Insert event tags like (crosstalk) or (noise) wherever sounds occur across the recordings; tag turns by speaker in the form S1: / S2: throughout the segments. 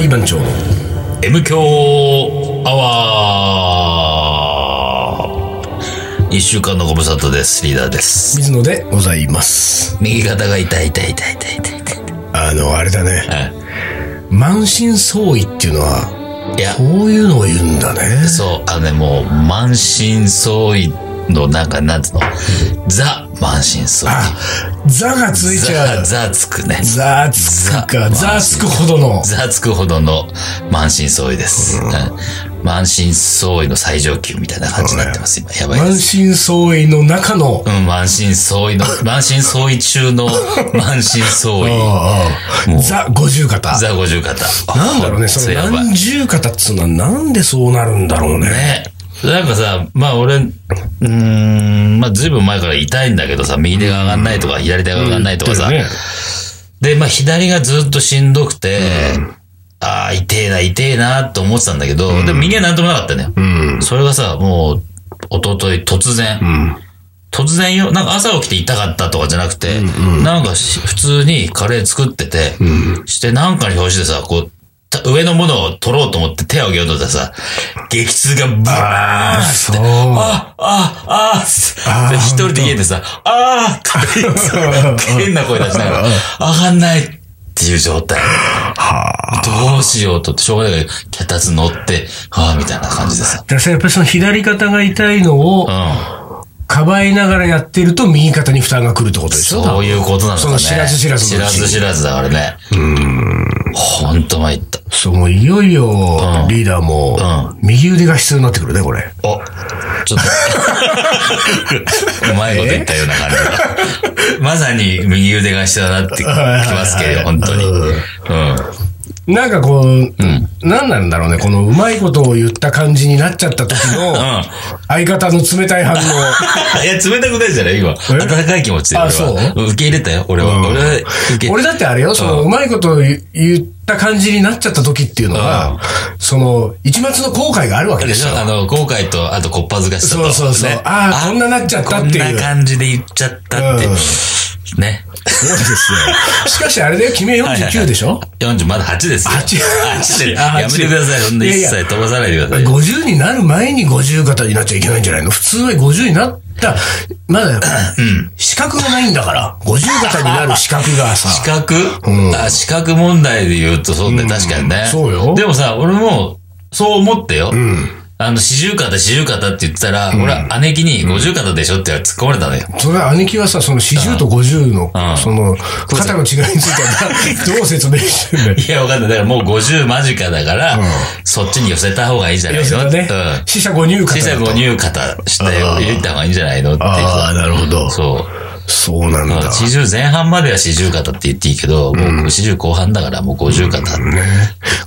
S1: 番町の
S2: M 強アワー一週間のご無沙汰です。リーダーです。
S1: 水野でございます。
S2: 右肩が痛い痛い痛い痛い痛い痛い。
S1: あの、あれだね。
S2: は
S1: 満身創痍っていうのは、
S2: いいや、
S1: こういうのを言うんだね。
S2: そう、あのね、もう、満身創痍の、なんか、なんつうの、ザ、満身創痍。
S1: ザがついちゃ
S2: ザ、
S1: う。
S2: ザつくね。
S1: ザつくか。ザ
S2: ザ
S1: つくほどの。
S2: ザつくほどの満身創痍です。うん満身創痍の最上級みたいな感じになってます、今。やばい
S1: 満
S2: です。
S1: 身創痍の中の。
S2: うん、満身創痍の、満身創痍中 (laughs) の満身創痍。
S1: うんうんザ五十肩。
S2: ザ五十肩。
S1: なんだろうね、そ
S2: れ
S1: の
S2: やばい。
S1: 何十肩っつうのはなんでそうなるんだろうね。
S2: ね。なんかさ、まあ俺、うーん、まあ随分前から痛いんだけどさ、右手が上がんないとか、左手が上がんないとかさ、
S1: ね
S2: で、まあ左がずっとしんどくて、ああ、痛えな、痛えなと思ってたんだけど、でも右はなんともなかったね。
S1: うん。
S2: それがさ、もう、一昨日突然、
S1: うん。
S2: 突然よ、なんか朝起きて痛かったとかじゃなくて、なんかし普通にカレー作ってて、してなんかの表紙でさ、こう、た上のものを取ろうと思って手を挙げようとしたらさ、激痛がバーンっつって、
S1: そう
S2: ああああ
S1: あー
S2: で一人で家でさ、ああって言ってさ変な声出しながら、上がんないっていう状態。どうしようとって、しょうがないけど、脚立乗って、はあ、みたいな感じでさ。
S1: だからさやっぱりその左肩が痛いのを
S2: う、ん。
S1: かばいながらやってると右肩に負担が来るってことでしょ
S2: そういうことなのか
S1: その
S2: ね。
S1: 知らず知らず
S2: 知
S1: のう
S2: ら
S1: ち
S2: ず知らずだからね。うん。ほんと参った。
S1: そう、もういよいよ、リーダーも、右腕が必要になってくるね、これ。
S2: お、
S1: (laughs)
S2: ちょっと、うまいこと言ったような感じが。まさに右腕が下だなってきますけど、本当に。うん。
S1: なんかこう、何なんだろうね、このうまいことを言った感じになっちゃった時の、相方の冷たい反応。
S2: いや、冷たくないじゃない今。温かい気持ちで。俺は
S1: あそう
S2: 受け入れたよ、俺は。俺は受け
S1: 俺だってあれよ、そのうまいことを言言った感じになっちゃった時っていうのは、その、一抹の後悔があるわけ
S2: で
S1: で
S2: し
S1: し
S2: ょ
S1: ょ。
S2: あの、後悔と、あと、こっぱずかしさと。
S1: そうそうそう
S2: ね
S1: あーこんななっちゃったっていう
S2: こんな感じで言っちゃったって
S1: うん。
S2: ね。
S1: そうですよ。しかしあれだよ、君は49でしょ
S2: 40まだ8ですよ。
S1: 8
S2: 8で。
S1: あ8
S2: やめてください。そんな一
S1: いやいや
S2: 切飛ばさないでくださいよ。
S1: 50になる前に50型になっちゃいけないんじゃないの普通は50になった、まだ、資格がないんだから、50型になる資格がさ、
S2: 資格あ、資格問題で言うとそうね、確かにね。
S1: そうよ
S2: でもさ、俺も、そう思ってよ。あの、四十肩、四十肩って言ってたら、俺は姉貴に五十肩でしょって突っ込まれたのよ。
S1: それは兄貴はさ、その40と50の、
S2: ん
S1: その、肩の違いについてはどう説明してんだよ。
S2: いや、わかんない。だからもう五十間近だから、そっちに寄せた方がいいんじゃな
S1: 要
S2: いの
S1: するにね
S2: うん、。
S1: 死者誤入
S2: 小さい
S1: 型
S2: 五
S1: だと。
S2: 入肩して言った方がいいんじゃないのっていう
S1: あーなるほど
S2: そう。
S1: そうなんだ。
S2: 四十前半までは四十肩って言っていいけど、もう四十後半だからもう五十肩。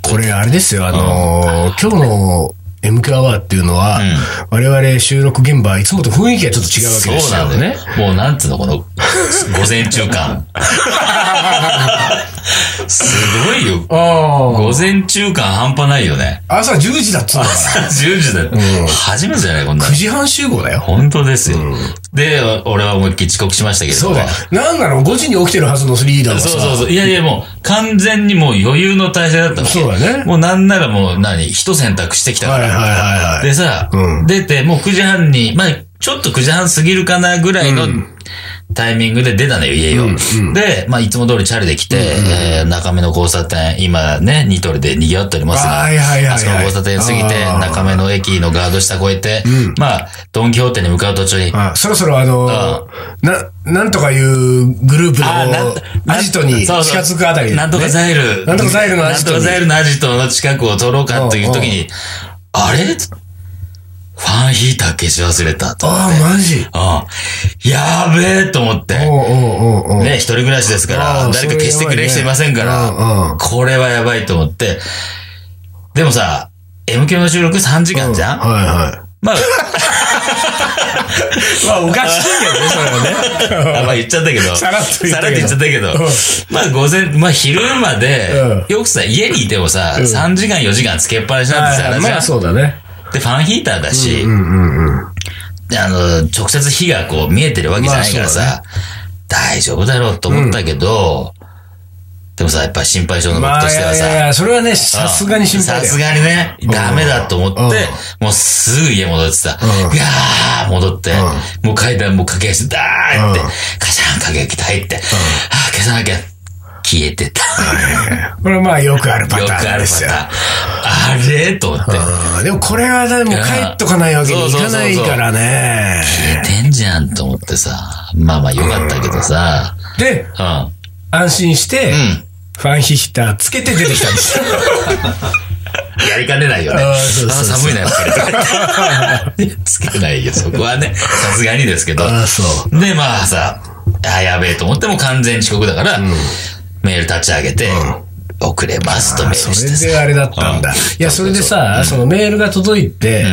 S1: これあれですよ、あのー、今日の MQ アワーっていうのは、我々収録現場はいつもと雰囲気がちょっと違うわけ
S2: そ
S1: で
S2: う
S1: す
S2: な
S1: よ。
S2: のね。もうなんつうの、この、午前中感。すごいよ。
S1: あ
S2: 午前中感半端ないよね。
S1: あ。朝10時だっつうのかな。
S2: 10時だよ。初めてじゃないこんなの
S1: 9。時半集合だよ。
S2: 本当ですよ。で、俺は思いっきり遅刻しましたけれど
S1: そう
S2: も
S1: だ。よ。なんなの ?5 時に起きてるはずのリーダーがさ。
S2: そうそうそう。いやいや、もう、完全にもう余裕の体制だったわけ
S1: そうだね
S2: もうなんならもう何、一選択してきたか
S1: はい
S2: ら
S1: はい。はいはい。
S2: でさ、
S1: うん
S2: 出て、もう9時半に、まあ、ちょっと9時半過ぎるかなぐらいのタイミングで出たのよ、家を。で、まあ、いつも通りチャリで来て、えー中目の交差点、今ね、ニトリで賑わっておりますが、
S1: はいはいはいはい
S2: あそこの交差点過ぎて、
S1: あー
S2: 中目の駅のガード下越えて、まあ、ドンキホーテに向かう途中に、
S1: あそろそろあの
S2: あ
S1: な、なんとかいうグループ
S2: あなんと
S1: のアジトに近
S2: そうそ
S1: づ
S2: う
S1: くあたり。
S2: なんとかザイル。
S1: なんとかザイルのア
S2: なん
S1: ジ
S2: と
S1: ト
S2: か
S1: に。
S2: ザイルのアジトの近くを取ろうかという時に、あれファンヒーター消し忘れたと思って。
S1: ああ、マジ。
S2: うん。やべえと思って。
S1: おうおうおうおう。
S2: ね、一人暮らしですから、
S1: あー
S2: 誰か消してくれる人いませんから、
S1: それやばいねうんうん
S2: これはやばいと思って。でもさ、M 級の収録3時間じゃん、
S1: はいは
S2: まあ、
S1: い。まあ、おかしいけどね、それはね。
S2: (laughs) あまあ言っちゃったけど、
S1: さらっと言ったけど
S2: さらっと言っちゃったけど、まあ午前、まあ昼まで、よくさ、家にいてもさ、3時間4時間つけっぱなしなんて
S1: (laughs)
S2: さ、
S1: はい
S2: じゃ
S1: ま
S2: ん
S1: あ、そうだね。
S2: で、ファンヒーターだし、であの、直接火がこう見えてるわけじゃないからさ、大丈夫だろうと思ったけど、でもさ、やっぱ心配性の僕
S1: ま
S2: と
S1: あ、い
S2: して
S1: や
S2: はいさ、
S1: やいや、それはね、さすがに心配
S2: さ
S1: だよ
S2: す。がにね、ダメだと思って、もうすぐ家戻ってさ、ガー戻って、もう階段も駆け足でダーって、カシャン駆け足入って、あー消さなきゃ、消えてた。
S1: これはまあ、よくあるパ
S2: よく
S1: タ
S2: あ
S1: ーンで
S2: るパ
S1: すよ。
S2: ターン。あれと思って。
S1: うんでもこれはでも帰っとかないわけにいかないからね。
S2: 消えてんじゃんと思ってさ、まあまあよかったけどさ、
S1: で、
S2: うん。
S1: 安心して、
S2: ん
S1: ファンヒヒターつけて出てきたん
S2: (laughs)
S1: ですよ。
S2: やりかねないよね。
S1: あ
S2: あ
S1: ーそうそうそう
S2: ー寒いな、やっぱ
S1: (laughs)
S2: り。つけないよ、そこはね。さすがにですけど。
S1: ああ、そう。
S2: で、まあさ、あ、やべえと思っても完全遅刻だから、メール立ち上げて、遅れますとメールして
S1: そ
S2: さ
S1: れであれだったんだ。いや、それでさ、そのメールが届いて、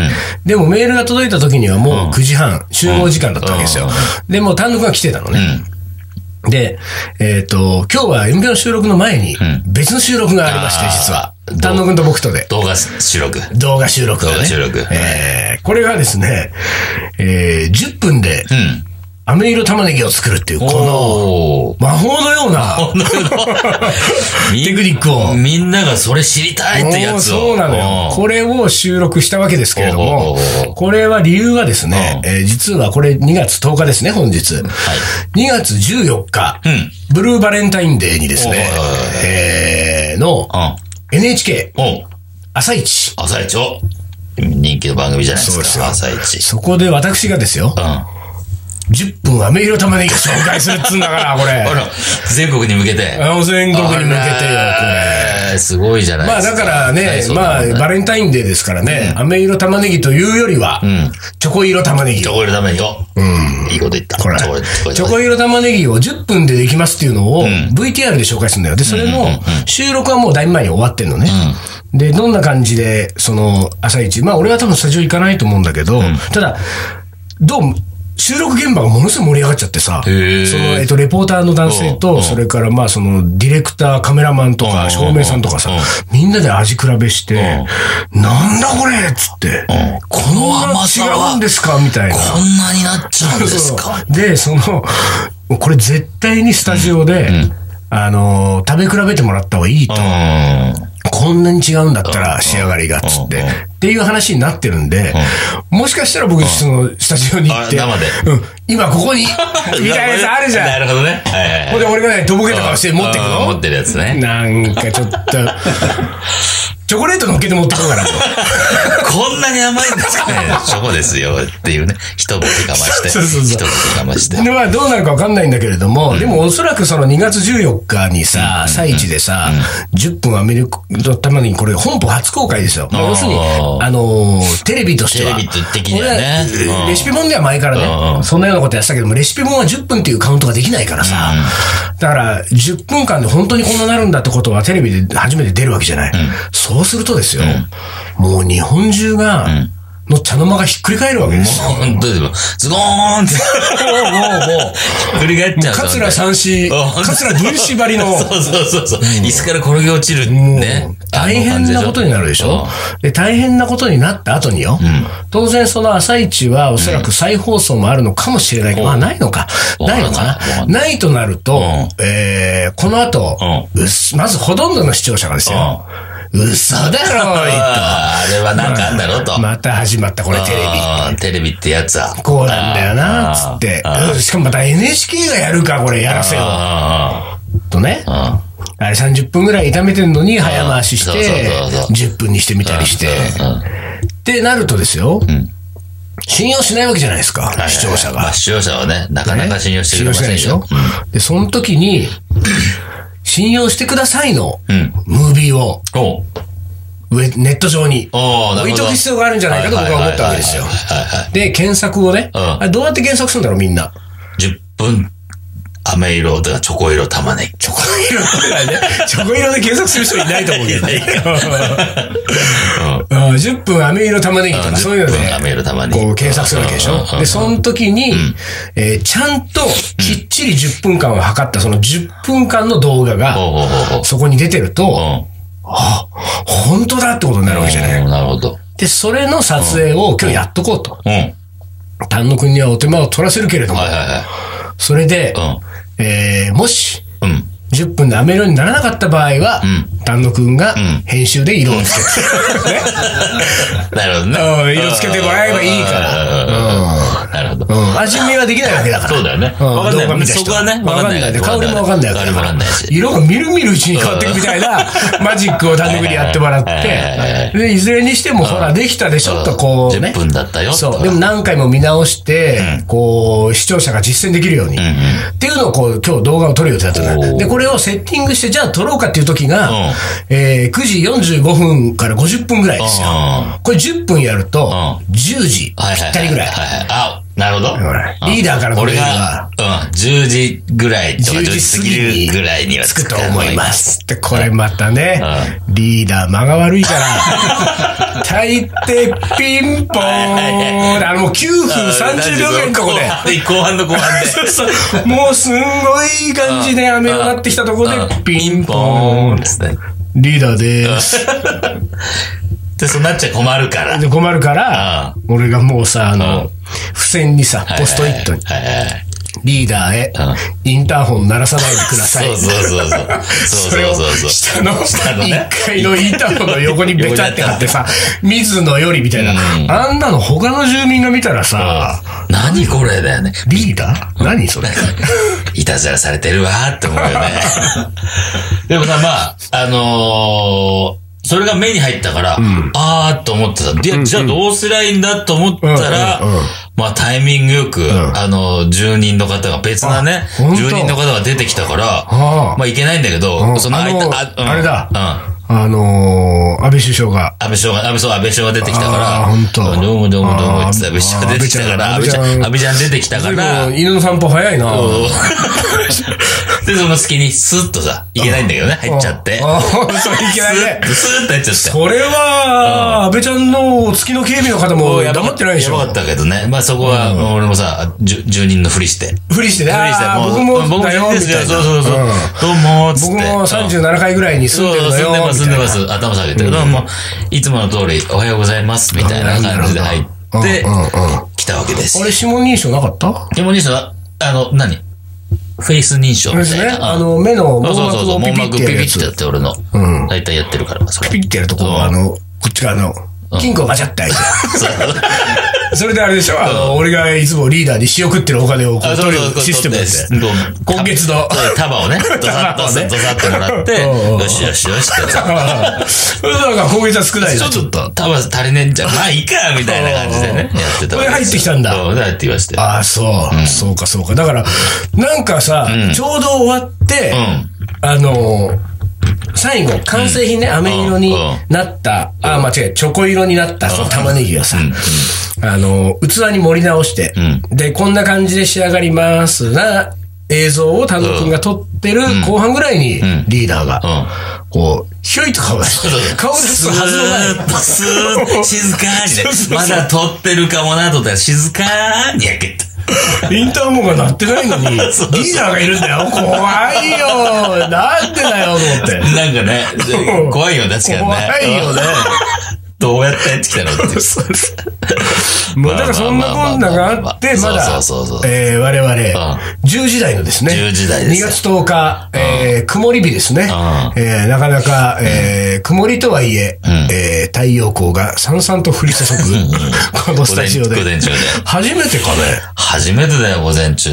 S1: でもメールが届いた時にはもう9時半、集合時間だったわけですよ。で、もう単独が来てたのね。で、えっ、と、今日は M 秒の収録の前に、別の収録がありまして、
S2: あー
S1: 実は
S2: どう。
S1: 単独と僕とで。
S2: 動画収録。
S1: 動画収録がね。
S2: 動画収録
S1: えーこれがですね、えー10分で
S2: うん。
S1: 飴色玉ねぎを作るっていう、この
S2: おー。
S1: 魔法のようなテクニックを。
S2: みんながそれ知りたいってやつ
S1: そ
S2: を。
S1: うなのよ。
S2: うん
S1: これを収録したわけですけれど
S2: お
S1: も
S2: うおうおうお、う
S1: これは理由はですね、えー実はこれ2月10日ですね、本日。2月14日、
S2: ん
S1: ブルーバレンタインデーにですね
S2: おうおうおう、
S1: えーの
S2: う
S1: NHK
S2: ん。おう
S1: 朝一。
S2: 朝一を。人気の番組じゃないで
S1: そうですすよ
S2: か。朝一。
S1: そこで私がですよ、
S2: うん。あ
S1: 10分飴色玉ねぎを紹介するっつうんだ
S2: (laughs)
S1: から、これ。
S2: ら、全国に向けて。
S1: あの全国に向けてよ、これ。
S2: れ。すごいじゃない
S1: ま
S2: で
S1: あ
S2: す
S1: だ
S2: か。
S1: からね、まあバレンタインデーですからね、飴色玉ねぎというよりは、チョコ色玉ねぎ
S2: チョ
S1: を。
S2: コレートためによ。うん。いいこと言った。
S1: これ
S2: チョコレートチョコレー
S1: チ
S2: ト
S1: ョコ色玉ねぎを10分でできますっていうのを VTR で紹介するんだよ。で、それの収録はもうだいぶ前に終わってんのね。で、どんな感じで、その、朝一、まあ俺は多分スタジオ行かないと思うんだけど、ただ、どうも、収録現場がものすごい盛り上がっちゃってさ、その、
S2: へー
S1: えっと、レポーターの男性
S2: うんう
S1: と、
S2: ん
S1: それからまあその、ディレクター、カメラマンと
S2: う
S1: か、
S2: ん
S1: 照明さんとかさ
S2: うん、
S1: みんなで味比べして、なんだこれっつって、この
S2: 甘さは
S1: 違うんですかみたいな。
S2: こんなになっちゃうんですか
S1: そうで、その、これ絶対にスタジオで、あの、食べ比べてもらった方がいいと。
S2: うん。
S1: こんなに違うんだったら仕上がりが、つって。
S2: うんうん
S1: っていう話になってるんで、もしかしたら僕、その、スタジオに行って、
S2: あ生で
S1: うん、今ここ
S2: (laughs)
S1: に、みたいなやつあるじ
S2: な
S1: ゃん。
S2: るほどね。はいはいはい
S1: ほんで、俺がね、とぼけた顔して持ってく
S2: うん
S1: の
S2: 持ってるやつね。
S1: なんかちょっ
S2: (laughs)
S1: と、チョコレート乗っけて持ってこうかなと。
S2: こんなに甘いんですかね。チョコですよっていうね。一言かまして。
S1: そうそうそう
S2: 一言かまして。
S1: で、まあ、どうなるかわかんないんだけれども、でもおそらくその2月14日にさ、朝一でさ、10分アメリカのたまにこれ本邦初公開ですよ。まあ要するに、あのー、テレビとしては。
S2: テレビ的にはね
S1: 俺は
S2: うん
S1: レシピ本では前から
S2: う
S1: ね、そんなようなことやってたけども、レシピ本は10分っていうカウントができないからさ、だから、10分間で本当にこんななるんだってことはテレビで初めて出るわけじゃない。そうするとですよ、もう日本中が、の茶の間がひっくり返るわけですよ。
S2: 本当ですよ。ズゴーンって。もう、もう、もう、ひっくり返っちゃう。
S1: 桂三四、
S2: うん
S1: 桂文子ばりの、
S2: (laughs)
S1: (laughs)
S2: そうそうそうそう。椅子から転げ落ちるね
S1: もう。大変なことになるでし
S2: あの
S1: ょ
S2: 感じ
S1: で、大変なことになった後によ、当然その朝市はおそらく再放送もあるのかもしれないけど、まあないのか。
S2: わか
S1: なんい
S2: ない
S1: のか
S2: わか
S1: な。
S2: ん
S1: ないとなると、えーこの後、
S2: う
S1: うっすまずほとんどの視聴者がですよ、嘘だろおい
S2: うんあーあれはなんかあんだろうと
S1: と。。また始まった、これテレビ。
S2: ビ。テレビってやつは。
S1: こうなんだよな、つって。うんしかもまた NHK がやるか、これやらせよ。
S2: あ
S1: とね。
S2: あ、ああ。
S1: あれ30分ぐらい炒めてんのに早回しし
S2: そうそうそ
S1: て、
S2: う
S1: 10分にしてみたりして。ってなるとですよ、信用しないわけじゃないですか、視聴者
S2: まあ
S1: が。
S2: 視聴者はね、なかなか信用して
S1: 信用
S2: くれま
S1: しないで
S2: せん
S1: しょ
S2: よ。。
S1: で、その時に、信用してくださいの、
S2: ん
S1: ムービーを、
S2: おう
S1: 上ネット上に、
S2: おうな
S1: 置
S2: る
S1: い
S2: ほ
S1: と
S2: ど
S1: く必要があるんじゃないかと僕は思ったわけですよ
S2: はいはいはいはいはい
S1: で、検索をね、
S2: うん
S1: あれどうやって検索するんだろう、みんな。
S2: 10分、飴色、だからチョコ色玉ね
S1: (laughs)
S2: ぎ。チョコ色
S1: チョコ色で検索する人いないと思うけどね。
S2: う
S1: (laughs) うん10分飴色玉ねぎとか、そういうので、
S2: 飴色玉ねぎ。
S1: こう検索するわけでし
S2: うんうんうん
S1: ょ。で、その時に、えーちゃんときっちり10分間を測ったその10分間の動画
S2: ほう
S1: が、
S2: ほうほうほう。
S1: そこに出てると、
S2: うん
S1: あ、本当だってことになるわけじゃない。
S2: うんなるほど。
S1: で、それの撮影を今日やっとこうと。
S2: うん。はい
S1: 丹野くんにはお手間を取らせるけれども
S2: は、いは
S1: それで
S2: い。、うん。
S1: えーもし、
S2: うん。
S1: 10分で飴色にならなかった場合は、丹野くんが編集で色をつ (laughs) けて。ね
S2: なるほど
S1: う
S2: ね。
S1: ん色つけてもらえばいいから
S2: ら。なるほど。
S1: うん味見はできないわけだから。
S2: そうだよね。
S1: うん
S2: わか
S1: 動
S2: んな
S1: 画
S2: いも
S1: 見
S2: んね。
S1: た人
S2: そこはね、
S1: わ
S2: わ
S1: か
S2: か
S1: んな
S2: んないい。
S1: で、香りもわかんないわけだ
S2: 香りも
S1: か
S2: わからんないし。
S1: 色がみるみるうちに変わっていくみたいなマジックを単独でやってもらって、で、いずれにしても、ほら、できたでしょとこう、ね
S2: 10。分だったよ。
S1: そう。で
S2: と
S1: も何回も見直して、こう、視聴者が実践できるように。っていうのをこう、今日動画を撮る予定だったの
S2: お
S1: ね
S2: ー
S1: で、これをセッティングして、じゃあ撮ろうかっていう時
S2: う
S1: が
S2: ん、
S1: えー9時45分から50分ぐらいですよ
S2: う。
S1: これ10分やると、
S2: う
S1: 10時ぴったりぐらい。
S2: はいはいはいあ、なるほど
S1: ほら。
S2: うん
S1: リーダーからの
S2: 俺
S1: メール
S2: が
S1: は、
S2: うん、10時ぐらいとか
S1: 10
S2: 10
S1: 時
S2: 時
S1: 過
S2: 過
S1: ぎ
S2: ぎ
S1: に
S2: るぐらいには。
S1: つくと思いますす。って、これまたね、リーダー間が悪いから、 (laughs) 大抵ピンポーンあの、もう9分30秒ぐらいのとこで、
S2: で。後半の後半で。
S1: もうすんごいいい感じで雨になってきたところ
S2: う
S1: で、
S2: ん
S1: ピンポ
S2: ポ
S1: ーン
S2: ン。ですね。
S1: リーダーでーす。
S2: で、そうなっちゃ困るから。
S1: で困るから、俺がもうさ、あ
S2: う
S1: の
S2: ん、
S1: 付箋にさ、ポストイットに、
S2: はいはいはい。
S1: リーダーへ、インターホン鳴らさないでください
S2: そう。そうそうそう。そう
S1: それ
S2: そ
S1: を
S2: う
S1: (laughs)
S2: そうそう。
S1: 下の
S2: 下のね
S1: 1階のインターホンの横にベタって貼ってさ、 (laughs) 水野よりみたいな。あんなの他の住民が見たらさ、
S2: 何これだよね。
S1: リーダー何それ
S2: いたずらされてるわーって思うよね。 (laughs) でもさ、まあ、あのーそれが目に入ったから、あーっと思ってさ、でじゃあどうすりゃいいんだと思ったら、
S1: うんうんうん
S2: まあタイミングよく、あのー、住人の方が、別なね
S1: あほん、と
S2: 住人の方が出てきたから、
S1: ああ
S2: まあいけないんだけど、
S1: うん
S2: その間
S1: あの
S2: うん
S1: あれだ
S2: うん。
S1: あのー、安倍首相が。
S2: 安倍首相が、安倍そう、安倍首相が出てきたか
S1: あー
S2: ら、
S1: ほんと
S2: どうもどうもどうも
S1: あー
S2: 言ってた安倍首相が出てきたか
S1: 安
S2: ら、安
S1: 倍ち
S2: 倍ち
S1: ゃ
S2: ゃ
S1: ん
S2: ん、安倍ちゃん出てきたから、
S1: 犬の散歩早いな。 (laughs)
S2: で、その隙にスッとさ、いけないんだけどね、入っちゃって。
S1: ああ、そういけないね。
S2: スッスッと入っちゃって。
S1: これは、安倍ちゃんのお月の警備の方も黙ってないでし
S2: やばか
S1: ょ
S2: っ。たけどね。まあそこは、もう俺もさ、住住人のふりして。ふ
S1: ふ
S2: り
S1: りしてね。
S2: して、
S1: あー僕
S2: う
S1: も
S2: 僕も
S1: だよ、み
S2: ですよ。
S1: たい
S2: そ
S1: な
S2: うそうそう。どう
S1: うん
S2: も、つって。
S1: 僕も
S2: うん
S1: 37回ぐらいに住んでる
S2: そう
S1: の
S2: 住
S1: よ
S2: んでま。
S1: み
S2: す、住
S1: たい
S2: んで
S1: な
S2: ます。頭下げて。どうも、いつもの通り、おはようございます、みたいな感じで入って
S1: うんうんうん、
S2: 来たわけです
S1: あ。れ、指紋認証なかった
S2: でも兄さん、あの、何フェイス認証
S1: で
S2: み
S1: す
S2: たい
S1: ね。
S2: な。
S1: あの、目の網
S2: そうそう
S1: 膜
S2: そう、
S1: を
S2: 網
S1: ピピって
S2: 膜ピ
S1: やるや
S2: ピってや
S1: つ。
S2: って俺の。大体やってるから、それ。
S1: ピピってやるところ、あの、こっち側の、金庫ガチャって開いて。
S2: そう
S1: それであれでしょあの、俺がいつもリーダーに仕送ってるお金をこう取るシステムです。
S2: どう
S1: 今月の
S2: そう束
S1: (laughs)
S2: をね、ドサッ
S1: 束
S2: と、
S1: をね
S2: ドサッともらって、
S1: うんうん
S2: よしよしよしってさ。
S1: ああそうなんか今月は少ないな
S2: ちょっと、束足りねえんじゃん。まあいいか、みたいな感じでね、やってたわけですよ。
S1: これ入ってきたんだ
S2: そう、入ってきましたよ。
S1: ああ、そう、そうか、そうか。だから、なんかさ、ちょうど終わって、あのー最後、完成品ね、飴色になった、ああ、間違え、チョコ色になった、その玉ねぎがさ、あのー器に盛り直して、で、こんな感じで仕上がりますな、映像を丹野くんが撮ってる後半ぐらいに、リーダーが、
S2: うん。
S1: こう、ひょいと顔出して、顔出すはずもない。
S2: ずーっとスーッと静か
S1: (laughs)
S2: にね、まだ撮ってるかもなと思ったら静かに開けて。
S1: インターホンが鳴ってないのに、リ
S2: (laughs) そうそう
S1: ーダーがいるんだよ。怖いよ。なんでだよ、と思って。
S2: なんか
S1: (laughs)
S2: ね、怖いよね、確かにね。
S1: 怖いよね。
S2: どうやってやってきたのって
S1: (laughs)
S2: いう。
S1: もうだからそんなこんながあって、ま
S2: まあまあまあまあ
S1: だ
S2: そうそうそう、そう
S1: えー我々、
S2: ん
S1: 10時台のですね、
S2: 10時台です
S1: 2月10日、えー曇り日ですね、
S2: う
S1: えーなかなか、えー曇りとはいえ、えー太陽光がさんさんと降り注ぐ、このスタジオで
S2: 午前午前中で。
S1: 初めてかね。
S2: 初めてだよ、午前中。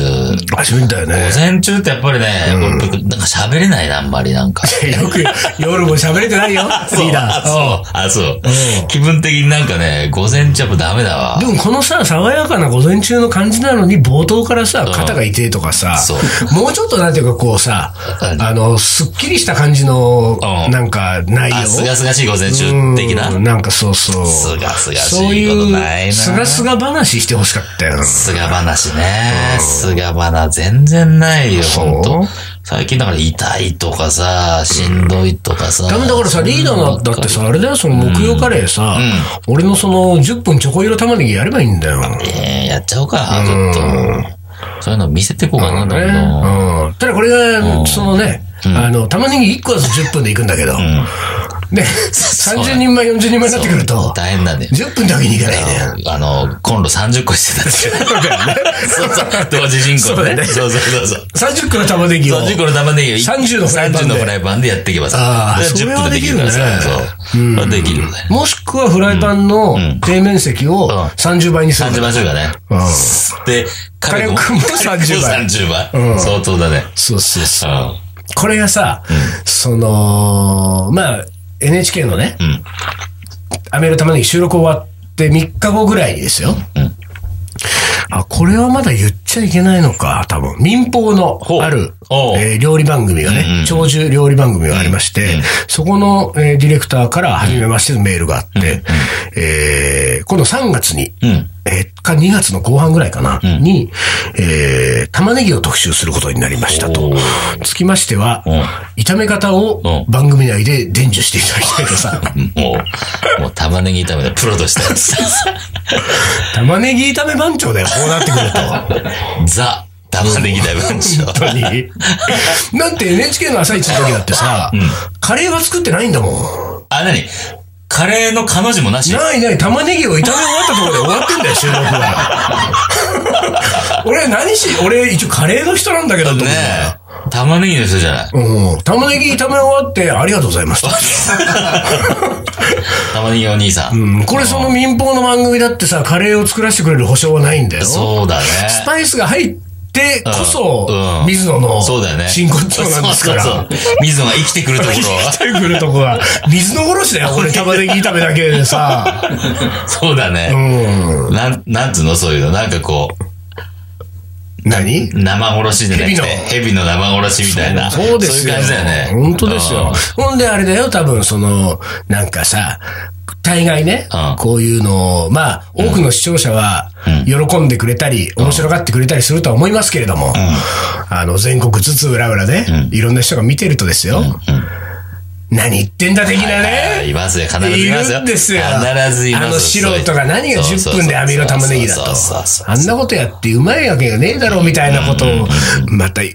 S1: 初めてだよね
S2: 午。前中ってやっぱりね、俺なんか喋れないな、あんまりな
S1: (laughs)
S2: んか。
S1: よく夜も喋れてないよ、リーダー。
S2: (laughs) そう、あ、そう。気分的になんかね、午前中やっぱダメだわ
S1: で。もこのさ、爽やかな午前中の感じなのに、冒頭からさ、肩が痛いとかさ
S2: そう、
S1: もうちょっとなんていうかこうさ、
S2: うん
S1: あの、すっきりした感じの、
S2: うん
S1: なんか内
S2: あ、すが
S1: 容。
S2: すがしい午前中的な
S1: う。んなんかそうそう。
S2: すがすがし
S1: そう、
S2: いことないいうな。
S1: すがすが話してほしかったよ。
S2: 菅話ね。菅話全然ないよ、
S1: そう
S2: ほんと。最近だから痛いとかさ、しんどいとかさ。
S1: ダメだからさ、リーダーな
S2: そん
S1: だっ
S2: なのば
S1: て
S2: か
S1: さ、あれだよ、その木曜カレーさ、俺のその10分チョコ色玉ねぎやればいいんだよ。
S2: りえーやっちゃおうか、ちょっと。そういうの見せてこうかな、どんどん。
S1: うんただこれが、そのね、あの、玉ねぎ1個だと10分でいくんだけど、ね、
S2: そう
S1: 30人前、40人前になってくる
S2: そう
S1: と、
S2: 大変なんだよ。
S1: 10分でわけにいかないね。
S2: あの、コンロ30個してたんだけど。 (laughs) そうそう。同時進行でね。そうそうそうそう。
S1: 30個の玉ねぎを。
S2: 30個の玉ねぎを
S1: 30のフライパン
S2: 30
S1: で
S2: のフライパンでやっていけばさ
S1: あ。ー
S2: 10分でできるから
S1: それは
S2: さ。
S1: できるね
S2: そう。それはできるよね。
S1: もしくはフライパンの底面積を30倍にする
S2: 30
S1: か。
S2: 倍するかね。
S1: うん
S2: で、
S1: 火力も30倍
S2: 30倍。
S1: うん
S2: 相当だね。
S1: そうそうそう。
S2: うん。
S1: これがさ、その、まあ、NHK のね、
S2: ん
S1: アメの玉ねぎ収録終わって3日後ぐらいにですよ。
S2: うん
S1: あ、これはまだ言っちゃいけないのか、多分。民放の
S2: ほう
S1: ある
S2: お、う
S1: えー料理番組がね、長寿料理番組がありまして、そこの、えーディレクターから初めましてのメールがあって、えー、今度3月に、
S2: うん。
S1: えーか2月の後半ぐらいかな、に、えー、玉ねぎを特集することになりましたと
S2: おー。
S1: つきましては、
S2: う
S1: 炒め方を
S2: うん
S1: 番組内で伝授していただきたいと (laughs) さ、
S2: もう、もう玉ねぎ炒めのプロとして、
S1: 玉ねぎ炒め番長だよ、こうなってくると。
S2: ザ、玉ねぎ大番長。
S1: 本当 (laughs) に。だって NHK の朝一の時だってさ、カレーは作ってないんだもん。
S2: あ、なにカレーの彼女もなし
S1: ないない、玉ねぎを炒め終わったところで終わってんだよ、収録は。俺何し、俺一応カレーの人なんだけどと思
S2: ね
S1: う
S2: え。玉ねぎの人じゃない。
S1: うん。玉ねぎ炒め終わって、ありがとうございました。
S2: 玉ねぎお兄さん。
S1: うんこれその民放の番組だってさ、カレーを作らせてくれる保証はないんだよ。
S2: そうだね。
S1: スパイスが入ってこそ、
S2: うん
S1: 水野の
S2: そうだよね。
S1: 真骨頂なんですから。
S2: そうそうそう水野が生きてくるところは。
S1: 出てくるとこは、水の殺しだよ、これ玉ねぎ炒めだけでさ。
S2: そうだ
S1: う
S2: ね。
S1: ん。
S2: なん、なんつうのそういうの。なんかこう、
S1: 何
S2: 生殺しじゃなくて、蛇の生殺しみたいな。
S1: そうですよ。
S2: そういう感じだよね。
S1: 本当ですよ。ほんであれだよ、多分その、なんかさ、大概ね、
S2: うん
S1: こういうのを、まあ、多くの視聴者は、喜んでくれたり、面白がってくれたりするとは思いますけれども、あの、全国津々浦々で、いろんな人が見てるとですよ、何言ってんだ的な
S2: うん。
S1: ね、
S2: いますよ。必ずいますよ。
S1: いるんですよ。
S2: 必ずいます
S1: あの素人が何が10分で網の玉ねぎだと
S2: そうそうそう。
S1: あんなことやってうまいわけがねえだろうみたいなことを、また、ね、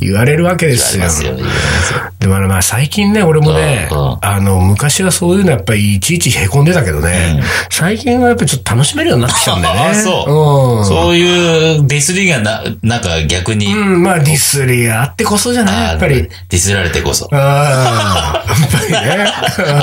S1: 言われるわけです
S2: い
S1: よ
S2: ま。すよ。いますよ。
S1: でもあのまあ最近ね、俺もね、
S2: うんうん
S1: あの、昔はそういうのやっぱりいちいち凹んでたけどね、最近はやっぱりちょっと楽しめるようになってきたんだよね。
S2: (laughs) ああ、そう。そういうディスリがな、なんか逆に、
S1: うん。うん、まあディスりがあってこそじゃない、
S2: あ
S1: やっ
S2: ー
S1: ぱり
S2: デ。ィスられてこそ。
S1: ああ、やっ
S2: (laughs)
S1: ぱりね。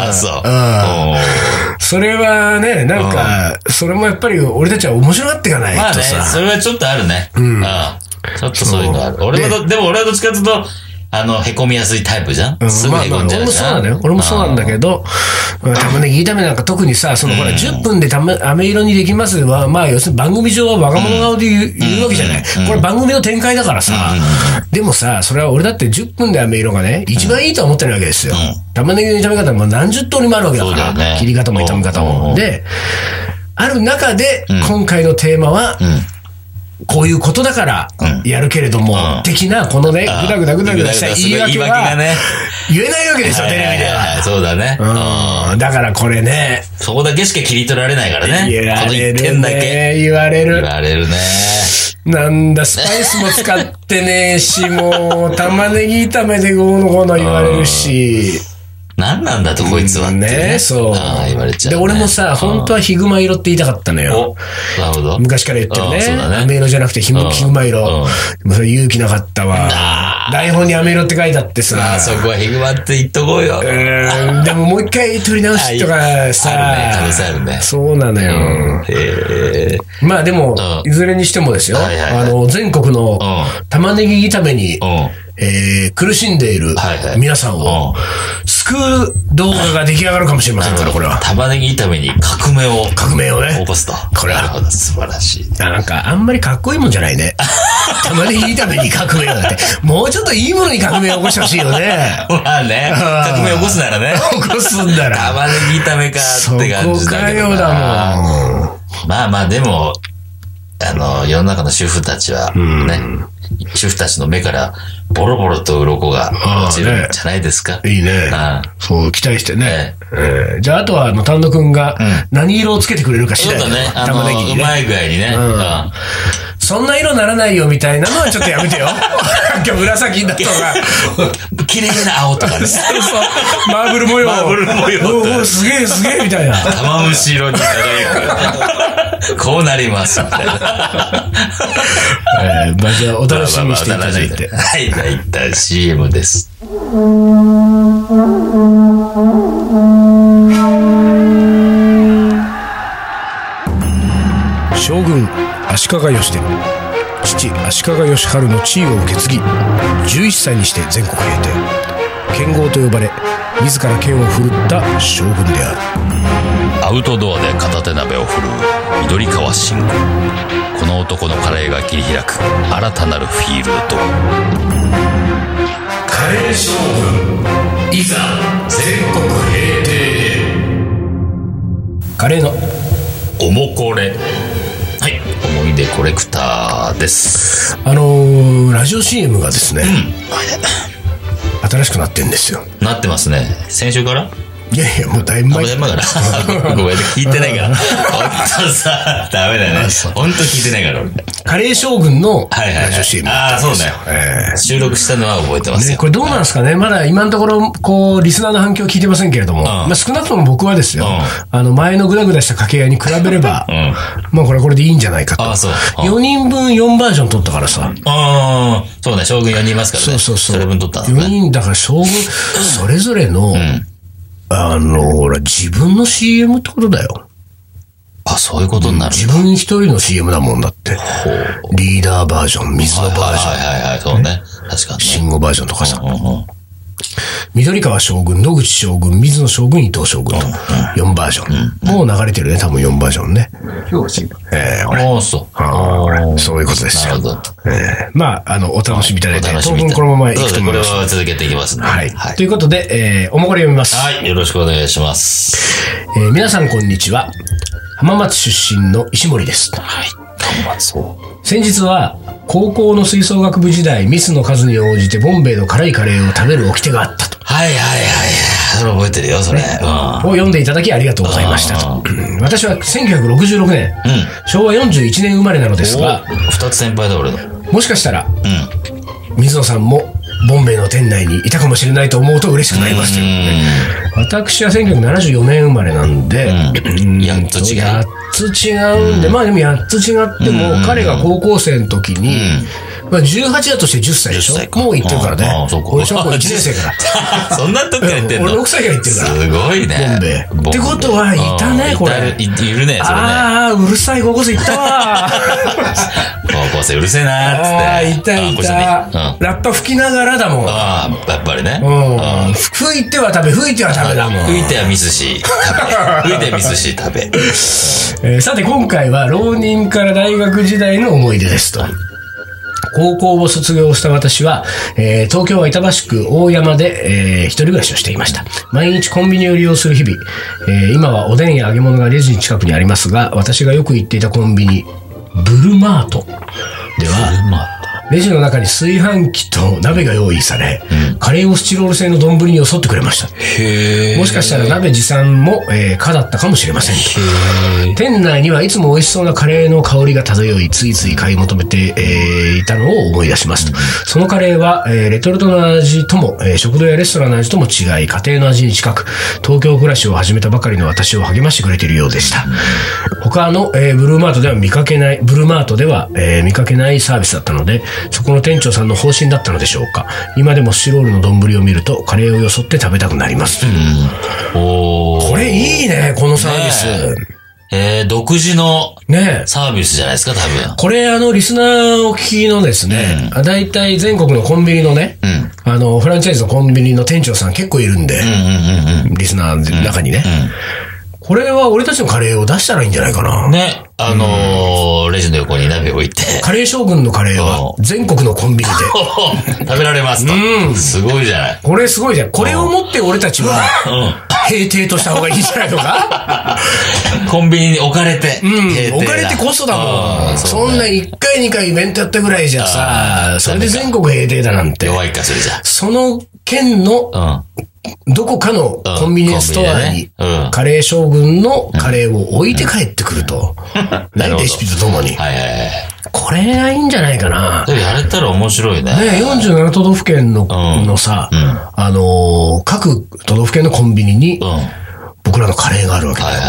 S2: あ、そう。
S1: うんそれはね、なんか、それもやっぱり俺たちは面白がっていかな
S2: ま
S1: い
S2: あ
S1: と
S2: ね、
S1: さ。
S2: それはちょっとあるね。うん。ちょっとそういうのある。俺はど、でも俺はどっちかっていうと、あの、凹みやすいタイプじゃん
S1: うん
S2: すぐ
S1: まあまあ
S2: 凹んじゃ
S1: 俺
S2: う
S1: も
S2: じ
S1: そう
S2: ゃ
S1: なん
S2: ん。
S1: だよ。俺もそうなんだけど、うん玉ねぎ炒めなんか特にさ、そのほら、10分でため飴色にできますは、まあ要するに番組上は若者顔で言う,、言うわけじゃない。これ番組の展開だからさ、でもさ、それは俺だって10分で飴色がね、一番いいとは思ってるわけですよ。玉ねぎの炒め方も何十通りもあるわけだから、
S2: そうだよね
S1: 切り方も炒め方
S2: うんうんう
S1: も。
S2: ん
S1: で、ある中で、今回のテーマは、こういうことだから、やるけれども、
S2: うん
S1: 的な、このね、ぐ
S2: あー
S1: だぐだぐだぐだした言い訳
S2: ぐだぐだ
S1: は、
S2: する言い訳がね
S1: 言えないわけでしょ、テレビで
S2: はいはいはい
S1: は。
S2: そうだね。
S1: うんだからこれね、
S2: そこだけしか切り取られないからね。
S1: 言わ
S2: この
S1: れ
S2: 一
S1: る
S2: 点だけ。
S1: ね、言われ
S2: 言
S1: る。
S2: われるね。
S1: なんだ、スパイスも使ってねえし、もう、玉ねぎ炒めでゴーのゴーの言われるし、
S2: 何なんだとこいつはって
S1: ね、そう
S2: ああ、言われちゃう
S1: で、
S2: ね。
S1: 俺もさ、本当はヒグマ色って言いたかったのよ。
S2: お、なるほど。
S1: 昔から言ってる
S2: うんそう
S1: ね。
S2: だね
S1: アメ色じゃなくてヒ
S2: う
S1: ム
S2: ん
S1: ヒグマ色。もうそれ勇気なかったわ
S2: あ。
S1: 台本にアメ色って書いてあってさ。
S2: あそこはヒグマって言っとこうよ。
S1: うーんでももう一回撮り直しとかさ、
S2: あるね可能性あるね
S1: そうなのよ。
S2: ええ。
S1: まあでも、
S2: うん
S1: いずれにしてもですよ、
S2: はいはいはい
S1: あの、全国の
S2: ん
S1: 玉ねぎ炒めに、
S2: うん。
S1: えー苦しんでいる
S2: はいはい
S1: 皆さんを
S2: う、
S1: 救う動画が出来上がるかもしれませんから、これは。
S2: 玉ねぎ炒めに革命を
S1: 革命をね
S2: 起。こすと。
S1: これは
S2: なるほど、素晴らしい。。
S1: あなんか、あんまりかっこいいもんじゃないね。玉ねぎ炒めに革命をだって、もうちょっといいものに革命を起こしてほしいよね
S2: (laughs) まあね、革命起こすならね。
S1: 起こすんだら。
S2: 玉ねぎ炒めか
S1: そ
S2: っ
S1: こ
S2: て感じだ
S1: か
S2: けど
S1: よ
S2: な。
S1: だもん。
S2: まあまあ、でも、あの、世の中の主婦たちは、ね、主婦たちの目からボロボロと鱗が落ちるんじゃないですか。
S1: いいね
S2: ああ。
S1: そう、期待してね
S2: え。
S1: えーじゃあ、あとは、あの、丹野くんが、何色をつけてくれるか次
S2: そう
S1: 第
S2: だね。あ
S1: 玉ねぎ
S2: の、
S1: に
S2: う
S1: ね。
S2: まい具合にね。
S1: ん
S2: うん
S1: そんな色ならないよみたいなのはちょっとやめてよ。今日紫だとか。
S2: 綺麗な青とか
S1: そ
S2: ね。
S1: うそうマーブル模様。
S2: マーブル模様
S1: おーおーすげえすげえみたいな。
S2: 玉虫色に輝く。こうなります。みたいな。
S1: えーまあじゃあお楽しみにしていただいて。
S2: はい、じゃあ一旦 CM です。
S1: 将軍足利義で父足利義晴の地位を受け継ぎ11歳にして全国平定剣豪と呼ばれ自ら剣を振るった将軍である
S2: アウトドアで片手鍋を振るう緑川信吾この男のカレーが切り開く新たなるフィールドカレー将軍いざ全国平定
S1: カレーの
S2: おもこれはい思い出コレクターです
S1: あのーラジオ CM がですね、新しくなってんですよ
S2: なってますね先週から
S1: いやいやもうだいぶ
S2: あ
S1: 前
S2: れ
S1: (laughs)
S2: 今からごめんね聞いてないから本当さダメだね本当聞いてないから俺
S1: カレー将軍の
S2: はいは
S1: ラ
S2: い、
S1: ジ
S2: は
S1: オ CM
S2: い、
S1: だ
S2: ああ
S1: っ
S2: ー
S1: たん
S2: そう
S1: です
S2: ね
S1: よ、ええ
S2: 収録したのは覚えてます
S1: ね、
S2: よ
S1: これどうなんですかね、まだ今のところ、こう、リスナーの反響聞いてませんけれども、まあ少なくとも僕はですよ、
S2: う
S1: あの、前のグダグダした掛け合いに比べれば、
S2: うん
S1: まあこれはこれでいいんじゃないかと。
S2: あそううん
S1: 4人分4バージョン取ったからさ。
S2: ああ、そうね、将軍4人いますからね。
S1: そうそうそう。
S2: それ分取ったん
S1: 4
S2: ですね。
S1: 人だから将軍、それぞれの、あの、ほら、自分の CM ってことだよ。
S2: あ、そういうことになる。
S1: 自分一人の CM だもんだって。リーダーバージョン、水
S2: は
S1: の
S2: い
S1: バージョン、
S2: はいはいはい、そうね。確か
S1: 慎吾バージョンとかさ。
S2: にね。うんうん
S1: 緑川将軍、野口将軍、水野将軍、伊藤将軍と、4バージョン。もう流れてるね、多分4バージョンね。えー、これ。
S2: おーそう。
S1: あーこれそういうことです
S2: な
S1: よ
S2: るほ。ど。
S1: えーまあ、あの、お楽しみいただいて、当分
S2: い
S1: このままいくと思います
S2: こ。れは続けていきますね。
S1: はい。
S2: はい
S1: ということで、えー、おもこれ読みます。
S2: はい、よろしくお願いします。
S1: えー皆さんこんにちは。浜松出身の石森です。
S2: はい。頑張そう。
S1: 先日は、高校の吹奏楽部時代、ミスの数に応じてボンベイの辛いカレーを食べる掟があったと。
S2: はいはいはい。それ覚えてるよ、それ。うん。
S1: を読んでいただきありがとうございましたと。私は1966年、昭和41年生まれなのですが、
S2: お二つ先輩だ、俺の。うん。
S1: もしかしたら、水野さんも、ボンベイの店内にいたかもしれないと思うと嬉しくなりますという私は1974年生まれなんで、
S2: うんやっと違う
S1: 8つ違うんで、まあでも8つ違っても、彼が高校生の時に、まあ18だとして10歳でし
S2: 10歳
S1: ょ
S2: か
S1: もう行ってるから
S2: ああ
S1: ね
S2: そうか。 (laughs)
S1: 俺小学校1年生から。
S2: そんな時から言ってんの
S1: 俺6歳から言ってるから
S2: すごいね。
S1: ボンベイってことはいたね
S2: うん
S1: これ
S2: いたいいるね、それね。
S1: ああ、うるさい高校生行
S2: (laughs)
S1: ったわー。
S2: 高校生うるせえなーっつって。
S1: ああ、いたい
S2: こうしてね
S1: た
S2: うん。あ
S1: ラッパ吹きながらだもん。
S2: あ、やっぱりね。
S1: うん。吹いては食べ、吹いては食べだもん。
S2: 吹いてはミスし、
S1: (laughs)
S2: 食べ。吹いてはミスし、食べ。
S1: えーさて今回は浪人から大学時代の思い出ですと。高校を卒業した私は、えー東京は板橋区大山で、えー一人暮らしをしていました。毎日コンビニを利用する日々、えー今はおでんや揚げ物がレジに近くにありますが、私がよく行っていたコンビニ、ブルマートでは、レジの中に炊飯器と鍋が用意され、カレーをスチロール製の丼によそってくれました。
S2: へえ。
S1: もしかしたら鍋持参も、えー、可だったかもしれませんと。店内にはいつも美味しそうなカレーの香りが漂い、ついつい買い求めて、えーいたのを思い出しますと。そのカレーは、えーレトルトの味とも、えー食堂やレストランの味とも違い、家庭の味に近く、東京暮らしを始めたばかりの私を励ましてくれているようでした。他の、えーブルーマートでは見かけない、ブルーマートでは、えー見かけないサービスだったので、そこの店長さんの方針だったのでしょうか。今でもスチロールの丼を見ると、カレーをよそって食べたくなります。
S2: おー
S1: これいいね、このサービス。
S2: えー、独自の
S1: ねえ。
S2: サービスじゃないですか、多分。
S1: これ、あの、リスナーを聞きのですね、あ大体全国のコンビニのね、あの、フランチャイズのコンビニの店長さん結構いるんで、リスナーの中にね、これは俺たちのカレーを出したらいいんじゃないかな。
S2: ね、あのー、レジの横に鍋置いて、 (laughs)
S1: カレー将軍のカレーは
S2: う
S1: 全国のコンビニで。
S2: 食べられますと。すごいじゃない。
S1: これすごいじゃん。これをもって俺たちは、平定とした方がいいんじゃないのか
S2: コンビニに置かれて。
S1: うん置かれてこそだもん。そんな
S2: に。
S1: 1回2回イベントやったぐらいじゃさ、それで全国平定だなんて。
S2: 弱いか、それじゃ。
S1: その県の
S2: うん。
S1: どこかの
S2: うん
S1: コンビニエンスストアに
S2: コンビニでねうん、
S1: カレー将軍のカレーを置いて帰ってくると。
S2: (laughs) なるほど
S1: レシピとともに。
S2: はいはいはい。
S1: これがいいんじゃないかな。
S2: でもやれたら面白いね。
S1: ね、47都道府県の,、
S2: ん
S1: のさ、
S2: うん
S1: あのー各都道府県のコンビニに
S2: うん。はい
S1: 僕らのカレーがあるわけだ
S2: はいはい。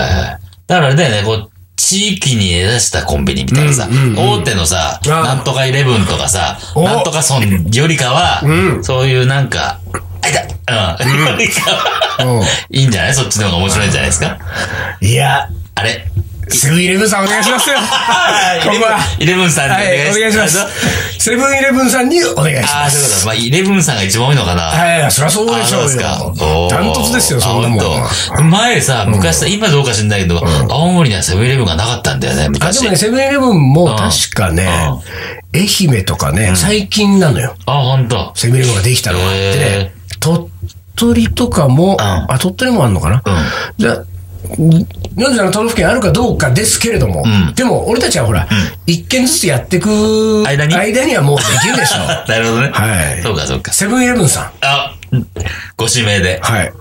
S2: だからあれだよね、こう、地域に根ざしたコンビニみたいなさ、大手のさ、
S1: ああ
S2: なんとかイレブンとかさ、
S1: お
S2: なんとか村よりかは、そういうなんか、あいたうん、よりかは、
S1: うん
S2: いいんじゃないそっちの方が面白いんじゃないですか
S1: いや、
S2: あれ
S1: セブンイレブンさんお願いします
S2: (laughs)
S1: よ。ここは。
S2: イレブンさんにお
S1: はい、お願
S2: 願
S1: い
S2: い
S1: し
S2: し
S1: ま
S2: ます。
S1: す。セブンイレブンさんにお願いし
S2: あ
S1: ま
S2: あ、そういうこ
S1: す。
S2: と。まあ、イレブンさんが一番多いのかな。
S1: はい、そりゃそうで
S2: あ
S1: し
S2: そう
S1: ょ
S2: で
S1: う
S2: す
S1: よ
S2: か。。
S1: ダントツですよ、そんなもん。
S2: あ本当前さ、昔さ、今どうか知んないけど、青森にはセブンイレブンがなかったんだよね、
S1: あ、で
S2: 昔
S1: も。ね、セブンイレブンも確かね、愛媛とかね、最近なのよ。
S2: あ、ほんと。
S1: セブンイレブンができたのがあってね、鳥取とかも、あ、鳥取もあんのかな、じゃあ、47都道府県あるかどうかですけれども、でも俺たちはほら、一軒ずつやってく
S2: 間に
S1: はもうできるでしょ
S2: (laughs)
S1: (laughs)
S2: なるほどね。
S1: はい
S2: そうか、そうか。
S1: セブンイレブンさん。
S2: あ、ご指名で。
S1: はい。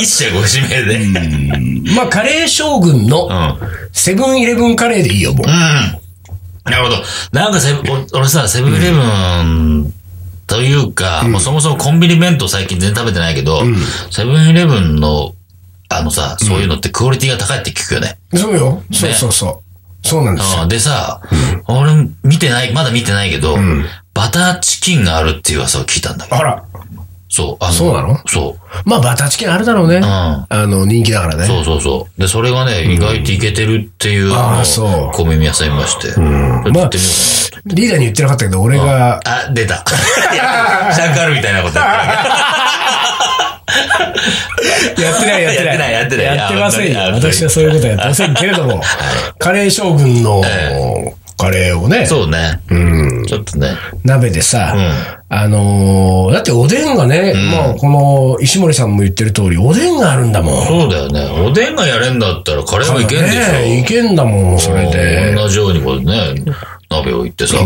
S2: 一社ご指名で。う
S1: (laughs)
S2: ん。
S1: まあ、カレー将軍のセブンイレブンカレーでいいよ、もう。
S2: なるほど。なんかセブン、お俺さ、セブンイレブン、というか、もうそもそもコンビニ弁当最近全然食べてないけど、セブンイレブンの、あのさ、そういうのってクオリティが高いって聞くよね。
S1: そうよ。そうそうそう。そうなんですよ。
S2: うんでさ、俺見てない、まだ見てないけど、バターチキンがあるっていう噂を聞いたんだけど。
S1: あら。
S2: そう、あの、
S1: そうなの
S2: そ
S1: まあ、バターチキンあるだろうね。あの、人気だから
S2: う、
S1: ね。
S2: そうそうそう。で、それがね、意外といけてるっていう、
S1: あー
S2: あの
S1: そう
S2: 小耳屋さんいまして。ちょっと行ってみよう
S1: まあ、リーダーに言ってなかったけど、俺が、
S2: かな。あ、出た。 (laughs) いやシャンカールみたいなことや
S1: やってない、やってない。
S2: やってな
S1: や
S2: いや
S1: っ
S2: っててない
S1: ませんよ。
S2: あ本当に
S1: 私はそういうことはやってませんけれども、カレー将軍のカレーをね (laughs)
S2: る。、そうね。うん。ちょっとね。
S1: 鍋でさ、あのー、だっておでんがね、まあ、この石森さんも言ってる通り、おでんがあるんだもん。
S2: そうだよね。おでんがやれんだったらカレーもいけんでしょ。
S1: ねいけんだもん、それで。
S2: 同じようにこうね、鍋をいってさ。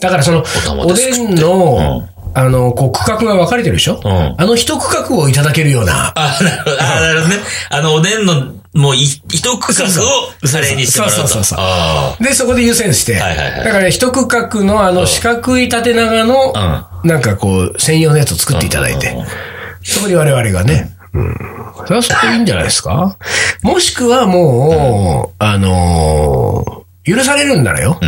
S1: だからその、
S2: 玉
S1: お
S2: で
S1: ですんの、あの、こう、区画が分かれてるでしょ
S2: うん
S1: あの一区画をいただけるような。
S2: あ、なるほど。あ、なるほどね。あの、おでんの、もうい、一区画をカレーにしてもらうと。
S1: そうそうそうそう
S2: あ
S1: で、そこで優先して。
S2: はいはいはい
S1: だから一区画のあの四角い縦長の、なんかこう、専用のやつを作っていただいて。そこに我々がね。うん。それはそこいいんじゃないですかもしくはもう、あのー許されるんならよ。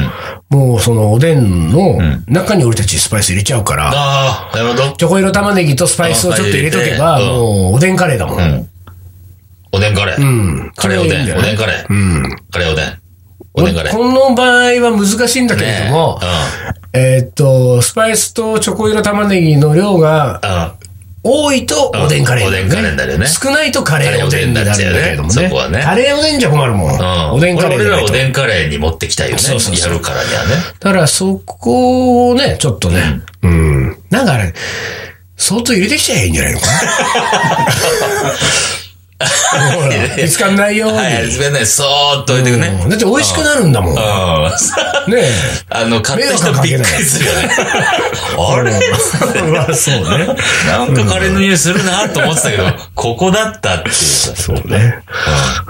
S1: もうそのおでんの中に俺たちスパイス入れちゃうから。
S2: あ。ああ、なるほど。
S1: チョコ色玉ねぎとスパイスをちょっと入れとけば、
S2: あ入れて
S1: もうおでんカレーだもん。
S2: んおでんカレー。
S1: ん
S2: カレーおで
S1: カレーいいんじゃな
S2: ん。お
S1: い
S2: でんカレー。カレーおでん。おでんカレー。
S1: この場合は難しいんだけれども、えーっと、スパイスとチョコ色玉ねぎの量が
S2: うん。うん。
S1: 多いとおでんカレー、
S2: おでんカレーになるよね
S1: 少ないとカレーおでんになるんだけれども
S2: カ
S1: ね。
S2: レーおでんになっちゃうよねそこはね
S1: カレーおでんじゃ困るもん。
S2: うん。
S1: おでんカレー
S2: 俺
S1: じゃ
S2: ら
S1: ない
S2: はお
S1: と。
S2: でんカレーに持ってきたいよね。
S1: そうそうそう
S2: やるからにはね。
S1: だからそこをね、ちょっとね、うん。なんかあれ、相当入れてきちゃえばいいんじゃないのかな。ほ
S2: (laughs)
S1: ら、見つかんないように。
S2: はい、すべね、そーっと置いてくね。
S1: うんだって美味しくなるんだもん。ね
S2: うん。あ
S1: え。
S2: の、買った人びっくりするよね。あれ (laughs)
S1: まあそうね。
S2: なんかカレーの匂いするなと思ってたけど、ここだったっていうさ。
S1: そうね。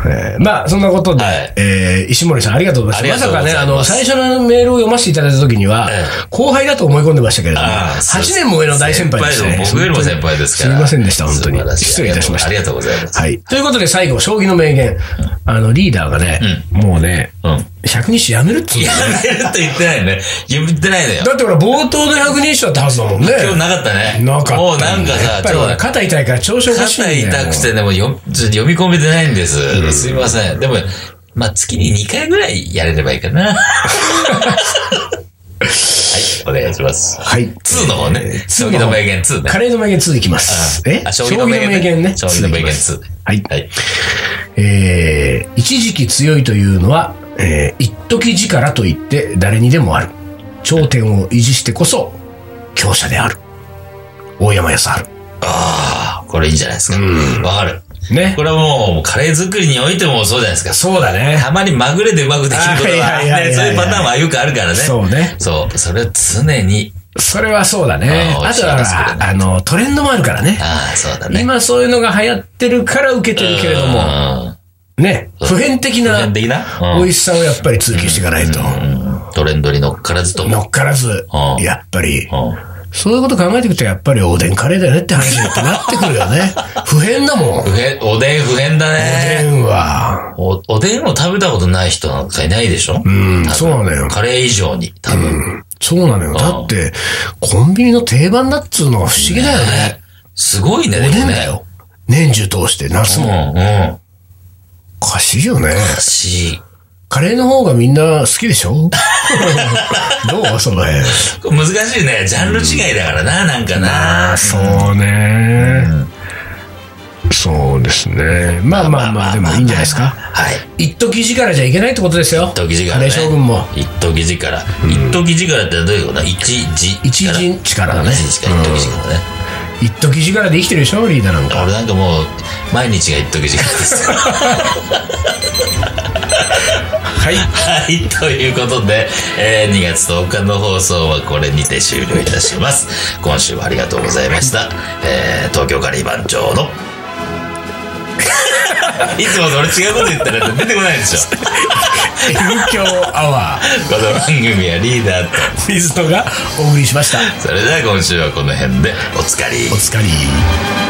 S1: えーまあ、そんなことで、
S2: はい
S1: えー石森さんありがとうございます。
S2: ありがとう
S1: ま
S2: ござ
S1: さ
S2: い
S1: か
S2: ま
S1: ね、
S2: す
S1: あの、最初のメールを読ませていただいたときには、
S2: え
S1: 後輩だと思い込んでましたけれども、
S2: ああ
S1: 8年も上の大先輩でしたね。
S2: 僕よりも先輩ですから。
S1: すみませんでした、本当に
S2: 素晴。らしい
S1: 失礼いたしました。
S2: ありがとうございます。
S1: はい。ということで最後、将棋の名言。あの、リーダーがね、もうね、
S2: うん。や
S1: 百人一首やめるっつうんだよ
S2: めると言ってないね。言ってないのよ。
S1: だってほら、冒頭の百人一首だったはずだもんね。
S2: 今日なかったね。
S1: なかった。
S2: もうなんか
S1: や
S2: さ
S1: っ、ぱ
S2: ち
S1: り
S2: ょ
S1: ほ
S2: っ
S1: ら
S2: と
S1: 肩痛いから調子おかしいんだ
S2: 肩
S1: よ。
S2: 痛くて、でもよちょっと読み込めてないんです。すいません。でも、まあ、月に2回ぐらいやれればいい
S1: (laughs)
S2: かな。はい、お願いします。
S1: はい。
S2: 2の方ね。将棋の名言2ね。
S1: カレーの名言2いきます。え
S2: あ将棋の名言ね
S1: 将
S2: 将
S1: 棋の
S2: 棋の
S1: 名言ね。続き
S2: 名言2
S1: ますはい。
S2: はい。
S1: えー、一時期強いというのは、えー、一時力といって誰にでもある。頂点を維持してこそ、強者である。大山康晴。
S2: ああ、これいいんじゃないですか。わかる。
S1: ね
S2: こ。れはもう、カレー作りにおいてもそうじゃないですか。
S1: そうだね。
S2: たまにまぐれでうまくできること
S1: あは
S2: は、
S1: いはいはいはい
S2: ね、そういうパターンはよくあるからね。
S1: そうね。
S2: そう。それを常に
S1: それはそうだね。
S2: あー
S1: あとは、
S2: 美味しいですけどね
S1: あの、トレンドもあるからね。
S2: ああ、そうだね。
S1: 今そういうのが流行ってるから受けてるけれども、
S2: も。
S1: ね、普遍的
S2: 普
S1: な
S2: 遍
S1: 美
S2: 的な、うん
S1: 味しさをやっぱり追求していかないと。
S2: トレンドに乗っからずとも。
S1: 乗っからず
S2: う、ん
S1: やっぱり、
S2: うん
S1: そういうこと考えていくとやっぱりおでんカレーだよねって話になってなってくるよ (laughs) ね。普遍だもん。お
S2: 不変、おでん不変だ
S1: で
S2: ね。
S1: んは。
S2: お、おでんを食べたことない人なんかいないでしょ
S1: うん、そうなのよ。
S2: カレー以上に、多分。
S1: そうなのよ。だって、コンビニの定番だっつうのが不思議だよね。
S2: すごいね、で
S1: おで
S2: も
S1: んだ
S2: ね。
S1: よ。年中通して、夏
S2: うん、
S1: も。
S2: うん。
S1: おかしいよね。
S2: だし、
S1: カレーの方がみんな好きでし (laughs) ょどうその辺。
S2: 難しいね。ジャンル違いだからな、なんかな。
S1: そうね、そうですね。まあまあまあ、でもいいんじゃないですか。
S2: はい。
S1: 一時力じゃいけないってことですよ。
S2: 一時
S1: カレ
S2: 力
S1: ー
S2: ね。
S1: 将軍も。
S2: 一時力。一時力ってどういうことだ一時。
S1: 一時力だね
S2: 一時力、一時力ね。
S1: 一時力で生きてるでしょリーダーなんか。
S2: 俺なんかもう、毎日が一時力です。
S1: (laughs) はい。
S2: はい、ということで、えー2月10日の放送はこれにて終了いたします。今週もありがとうございました。えー東京カリー番長の。 (laughs) いつもと俺違うこと言ったら出てこないでしょ。
S1: 影響アワ
S2: この番組はリーダーと。
S1: ー、水野がお送りしました。
S2: それでは今週はこの辺でおつかり。
S1: お疲れ。